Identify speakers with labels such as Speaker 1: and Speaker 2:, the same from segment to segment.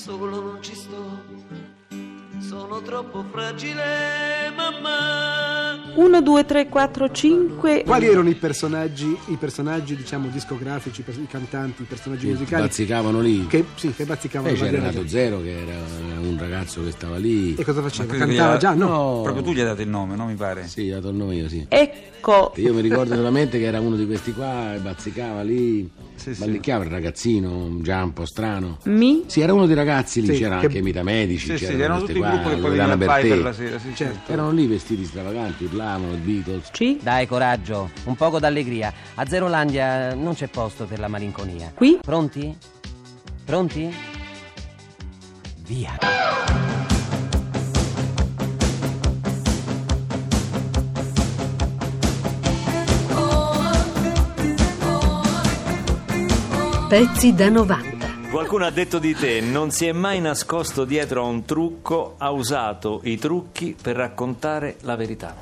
Speaker 1: solo non ci sto. Sono troppo fragile, mamma.
Speaker 2: 1, 2, 3, 4, 5.
Speaker 3: Quali erano i personaggi, i personaggi diciamo discografici, i pers- i cantanti, i personaggi musicali
Speaker 4: bazzicavano lì.
Speaker 3: che, sì, che bazzicavano
Speaker 4: Poi
Speaker 3: la
Speaker 4: Eh, c'era
Speaker 3: bandiera
Speaker 4: Renato Zero che era un ragazzo che stava lì.
Speaker 3: E cosa faceva?
Speaker 5: credo che
Speaker 3: Cantava
Speaker 5: gli-
Speaker 3: già? No.
Speaker 6: Oh.
Speaker 4: No.
Speaker 5: Proprio tu gli hai dato il nome, no? Mi pare.
Speaker 4: Sì, la torno io, sì.
Speaker 2: Ecco.
Speaker 4: Io mi ricordo solamente che era uno di questi qua e bazzicava lì,
Speaker 5: Sì, sì.
Speaker 4: ballicchiava il ragazzino, già un po' strano.
Speaker 2: Mi.
Speaker 4: Sì, era uno dei ragazzi lì,
Speaker 3: Sì,
Speaker 4: c'era
Speaker 3: che-
Speaker 4: anche Mita Medici,
Speaker 5: Sì, sì,
Speaker 4: c'erano
Speaker 5: erano
Speaker 4: questi
Speaker 5: tutti
Speaker 4: qua,
Speaker 5: in gruppo che poi
Speaker 4: Loredana
Speaker 5: venivano a fare per
Speaker 4: Bertè.
Speaker 5: la sera, sì, certo.
Speaker 4: Erano lì vestiti stravaganti, urlavano, i Beatles.
Speaker 2: Ci.
Speaker 7: Dai, coraggio, un poco d'allegria. A Zerolandia non c'è posto per la malinconia.
Speaker 2: Qui.
Speaker 7: Pronti? Pronti? Via.
Speaker 8: Pezzi da 90.
Speaker 9: Qualcuno ha detto di te, non si è mai nascosto dietro a un trucco, ha usato i trucchi per raccontare la verità.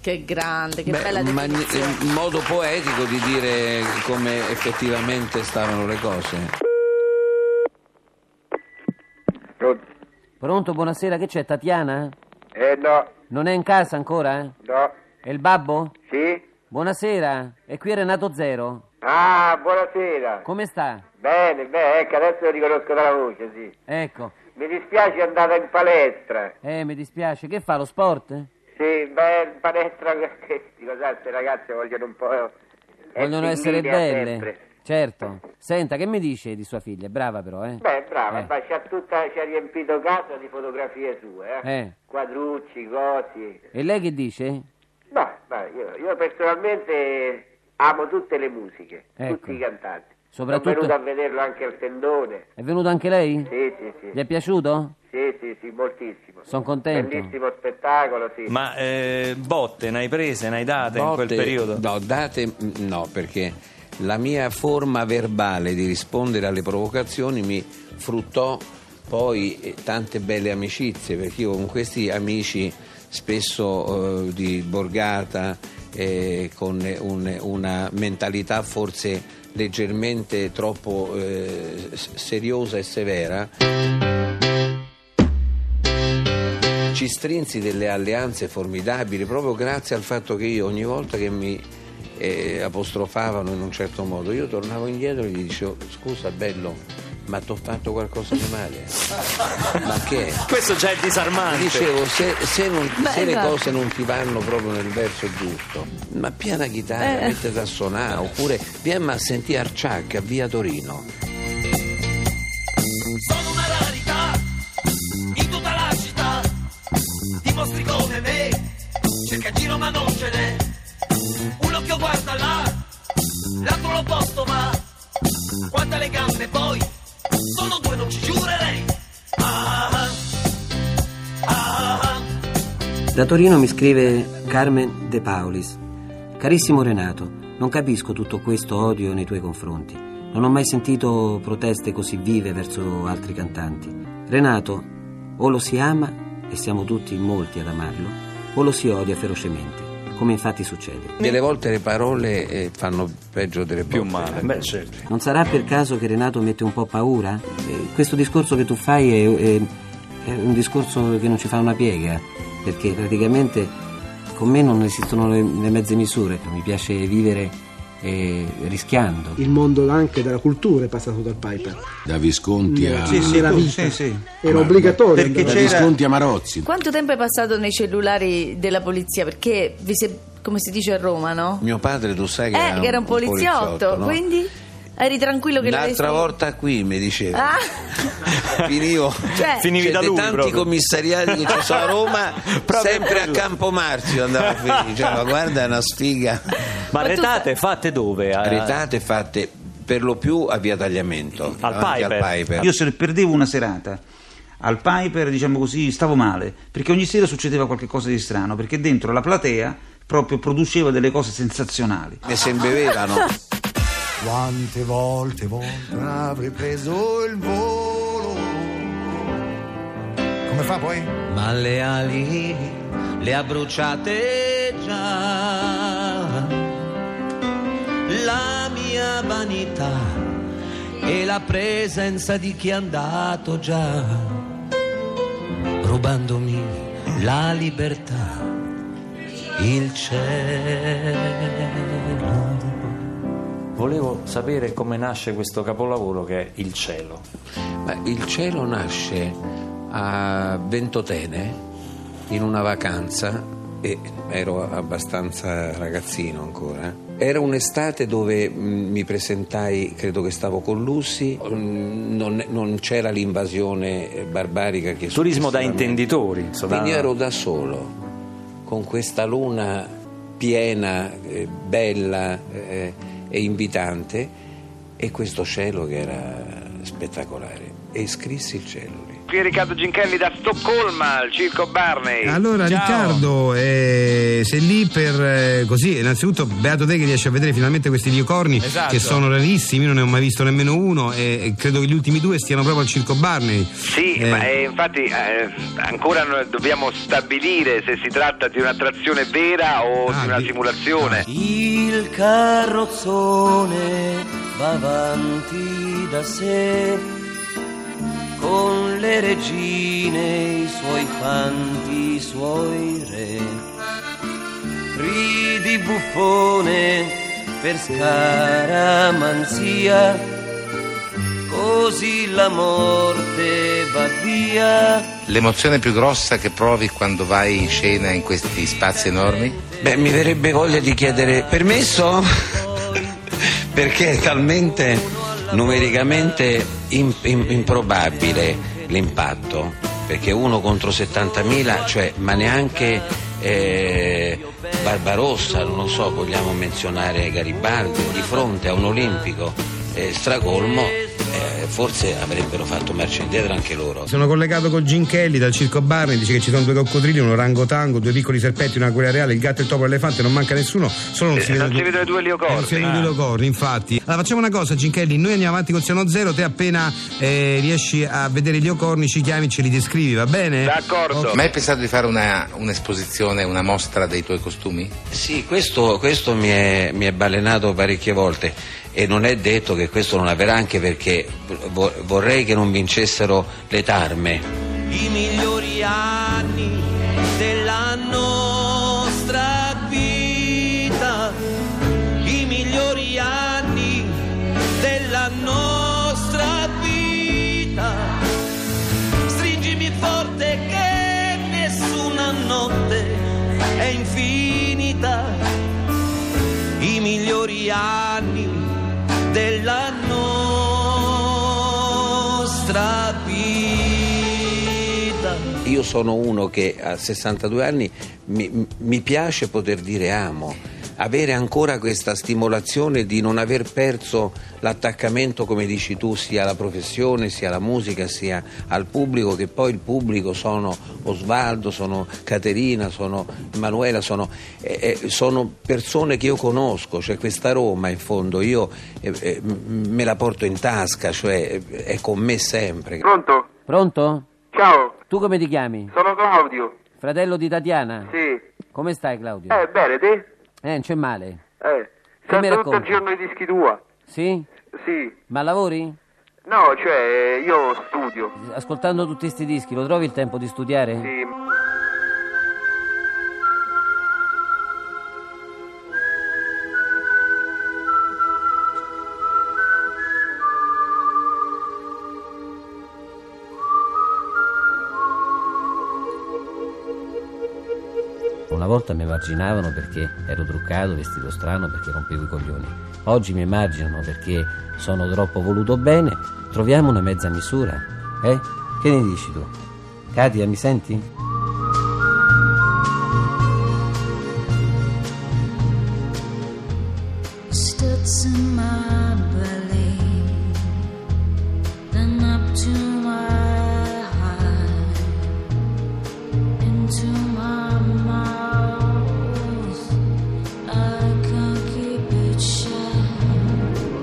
Speaker 10: Che grande, che
Speaker 6: Beh,
Speaker 10: bella
Speaker 6: ma-
Speaker 10: definizione.
Speaker 6: eh, modo poetico di dire come effettivamente stavano le cose.
Speaker 7: Pronto, buonasera, che c'è, Tatiana?
Speaker 11: Eh no,
Speaker 7: Non è in casa ancora?
Speaker 11: no,
Speaker 7: È il babbo?
Speaker 11: sì.
Speaker 7: Buonasera, e qui Renato Zero.
Speaker 11: Ah, buonasera.
Speaker 7: Come sta?
Speaker 11: Bene, bene, ecco, adesso riconosco la voce, sì.
Speaker 7: Ecco.
Speaker 11: Mi dispiace è andata in palestra.
Speaker 7: Eh, mi dispiace, che fa lo sport?
Speaker 11: Sì, beh, in palestra questi, cosa, queste ragazze vogliono un po'...
Speaker 7: Vogliono essere
Speaker 11: timide a
Speaker 7: belle.
Speaker 11: sempre.
Speaker 7: Certo. Senta, che mi dice di sua figlia? È Brava però, eh?
Speaker 11: Beh, brava,
Speaker 7: Eh.
Speaker 11: ma c'ha tutta, c'ha riempito casa di fotografie sue, eh?
Speaker 7: Eh.
Speaker 11: Quadrucci, cosi.
Speaker 7: E lei che dice?
Speaker 11: No, ma io, io personalmente amo tutte le musiche,
Speaker 7: Ecco.
Speaker 11: tutti i cantanti.
Speaker 7: Soprattutto-
Speaker 11: Sono venuto a vederlo anche al tendone.
Speaker 7: È venuta anche lei?
Speaker 11: Sì, sì, sì.
Speaker 7: Gli è piaciuto?
Speaker 11: Sì, sì, sì, moltissimo.
Speaker 7: Son contento.
Speaker 11: Bellissimo spettacolo, sì.
Speaker 9: Ma eh, botte, ne hai prese, ne hai date in
Speaker 6: Botte-
Speaker 9: quel periodo?
Speaker 6: No, date mm, no, perché la mia forma verbale di rispondere alle provocazioni mi fruttò poi eh, tante belle amicizie, perché io con questi amici spesso eh, di borgata, eh, con un- una mentalità forse leggermente troppo eh, s- seriosa e severa, ci strinsi delle alleanze formidabili proprio grazie al fatto che io ogni volta che mi eh, apostrofavano in un certo modo io tornavo indietro e gli dicevo scusa bello ma ti ho fatto qualcosa di male ma che è?
Speaker 9: Questo già è disarmante.
Speaker 6: dicevo se, se non-
Speaker 10: Beh,
Speaker 6: se le
Speaker 10: esatto.
Speaker 6: cose non ti vanno proprio nel verso giusto ma piana chitarra mettete a suonare oppure vieni a sentire Arciac a via Torino
Speaker 1: Sono una rarità in tutta la città. Ti mostri come me, cerca in giro ma non ce n'è. Un occhio guarda là, l'altro l'opposto va. Guarda le gambe poi, sono due, non ci giurerei. Ah, ah, ah, ah.
Speaker 7: Da Torino mi scrive Carmen De Paulis. Carissimo Renato, non capisco tutto questo odio nei tuoi confronti. Non ho mai sentito proteste così vive verso altri cantanti. Renato, o lo si ama, e siamo tutti in molti ad amarlo, o lo si odia ferocemente, come infatti succede.
Speaker 6: delle volte le parole eh, fanno peggio delle più male
Speaker 7: Non sarà per caso che Renato mette un po' paura? Eh, questo discorso che tu fai è, è- è un discorso che non ci fa una piega, perché praticamente con me non esistono le, le mezze misure, mi piace vivere eh, rischiando.
Speaker 3: Il mondo anche dalla cultura è passato dal Piper.
Speaker 4: Da Visconti a,
Speaker 5: Sì, sì,
Speaker 3: Era
Speaker 5: tu-
Speaker 3: vita.
Speaker 5: sì, sì.
Speaker 3: Era obbligatorio.
Speaker 5: Perché
Speaker 3: andare-
Speaker 4: da
Speaker 5: c'era-
Speaker 4: Visconti a Marozzi.
Speaker 10: Quanto tempo è passato nei cellulari della polizia? Perché, vi se- come si dice a Roma, no?
Speaker 6: Mio padre, tu sai che
Speaker 10: eh, che era un poliziotto,
Speaker 6: no?
Speaker 10: quindi eri tranquillo che
Speaker 6: L'altra
Speaker 10: l'avresti-
Speaker 6: volta qui mi diceva.
Speaker 10: Ah.
Speaker 6: Finivo.
Speaker 10: Cioè-
Speaker 9: Finivi da
Speaker 6: dei
Speaker 9: lui
Speaker 6: tanti
Speaker 9: proprio.
Speaker 6: commissariati che ci sono a Roma,
Speaker 9: Proprio
Speaker 6: sempre a
Speaker 9: quello.
Speaker 6: Campomarzio andavo a finire. Cioè, ma guarda, è una sfiga.
Speaker 9: Ma
Speaker 10: Ma tu-
Speaker 9: retate fatte dove? A-
Speaker 6: Retate fatte per lo più a via tagliamento.
Speaker 9: Al
Speaker 6: davanti
Speaker 9: Piper.
Speaker 6: Piper.
Speaker 5: Io se perdevo una serata al Piper, diciamo così, stavo male, perché ogni sera succedeva qualcosa di strano, perché dentro la platea proprio produceva delle cose sensazionali.
Speaker 6: Ne se bevevano.
Speaker 11: Quante volte, volte avrei preso il volo. Come fa poi?
Speaker 6: Ma le ali le ha bruciate già. La mia vanità.
Speaker 1: e la presenza di chi è andato già, rubandomi la libertà, il cielo.
Speaker 9: Volevo sapere come nasce questo capolavoro che è Il cielo.
Speaker 6: Ma il cielo nasce a Ventotene in una vacanza e ero abbastanza ragazzino ancora. Era un'estate dove mh, mi presentai, credo che stavo con Lussi, mh, non, non c'era l'invasione eh, barbarica che
Speaker 9: Turismo da
Speaker 6: successivamente-
Speaker 9: intenditori. so da-
Speaker 6: quindi ero da solo, con questa luna piena, eh, bella eh, e invitante e questo cielo che era spettacolare. E scrissi il cielo lì.
Speaker 12: Qui Riccardo Ginchelli da Stoccolma, al Circo Barney.
Speaker 3: Allora
Speaker 12: Ciao.
Speaker 3: Riccardo, eh, sei lì per eh, così, innanzitutto beato te che riesci a vedere finalmente questi unicorni
Speaker 12: Esatto.
Speaker 3: che sono rarissimi, io non ne ho mai visto nemmeno uno e, e credo che gli ultimi due stiano proprio al Circo Barney.
Speaker 12: Sì,
Speaker 3: Eh.
Speaker 12: ma eh, infatti eh, ancora no- dobbiamo stabilire se si tratta di un'attrazione vera o
Speaker 3: Ah,
Speaker 12: di una simulazione.
Speaker 1: Il carrozzone va avanti da sé con le regine, i suoi fanti, i suoi re. Ridi buffone per scaramanzia, così la morte va via.
Speaker 13: L'emozione più grossa che provi quando vai in scena in questi spazi enormi?
Speaker 6: Beh, mi verrebbe voglia di chiedere permesso perché è talmente numericamente im- im- improbabile l'impatto, perché uno contro 70.000, cioè, ma neanche eh, Barbarossa, non lo so, vogliamo menzionare Garibaldi, di fronte a un olimpico eh, stracolmo, eh, forse avrebbero fatto marcia indietro anche loro.
Speaker 3: Sono collegato con Gin Kelly dal Circo Barney, dice che ci sono due coccodrilli, un orangotango, due piccoli serpenti, una guerra reale, il gatto, il topo e l'elefante, non manca nessuno, solo non
Speaker 12: Eh,
Speaker 3: si vede...
Speaker 12: non si vedono i due Ah. leocorni.
Speaker 3: Eh, non si vedono i due leocorni, infatti. Allora facciamo una cosa, Gin Kelly, noi andiamo avanti con Siano Zero, te appena eh, riesci a vedere gli ocorni ci chiami e ce li descrivi, va bene?
Speaker 13: D'accordo. Mai pensato di fare una- un'esposizione, una mostra dei tuoi costumi?
Speaker 6: Sì, questo, questo mi, è, mi è balenato parecchie volte e non è detto che questo non avverrà anche perché vo- vorrei che non vincessero le tarme.
Speaker 1: i migliori anni della nostra vita, i migliori anni della nostra vita. Stringimi forte che nessuna notte è infinita, i migliori anni della nostra vita.
Speaker 6: Io sono uno che a 62 anni mi, mi piace poter dire amo, avere ancora questa stimolazione di non aver perso l'attaccamento, come dici tu, sia alla professione, sia alla musica, sia al pubblico, che poi il pubblico sono Osvaldo, sono Caterina, sono Emanuela, sono, eh, eh, sono persone che io conosco, cioè questa Roma in fondo io eh, eh, m- me la porto in tasca, cioè eh, è con me sempre.
Speaker 11: Pronto?
Speaker 14: Pronto?
Speaker 11: Ciao,
Speaker 14: Tu come ti chiami?
Speaker 11: sono Claudio.
Speaker 14: Fratello di Tatiana?
Speaker 11: Sì.
Speaker 14: Come stai Claudio?
Speaker 11: Eh, bene, te?
Speaker 14: Eh, non c'è male.
Speaker 11: Eh.
Speaker 14: Che
Speaker 11: Sento tutto
Speaker 14: mi
Speaker 11: il
Speaker 14: racconti?
Speaker 11: giorno i dischi tua.
Speaker 14: Sì?
Speaker 11: Sì.
Speaker 14: Ma lavori?
Speaker 11: No, cioè, io studio.
Speaker 14: Ascoltando tutti questi dischi, lo trovi il tempo di studiare?
Speaker 11: Sì.
Speaker 14: Una volta mi emarginavano perché ero truccato, vestito strano, perché rompevo i coglioni. Oggi mi emarginano perché sono troppo voluto bene. Troviamo una mezza misura, eh? Che ne dici tu? Katia, mi senti?
Speaker 10: Stoods in my belly, then up to my heart, into my mouth. I can't keep it shut.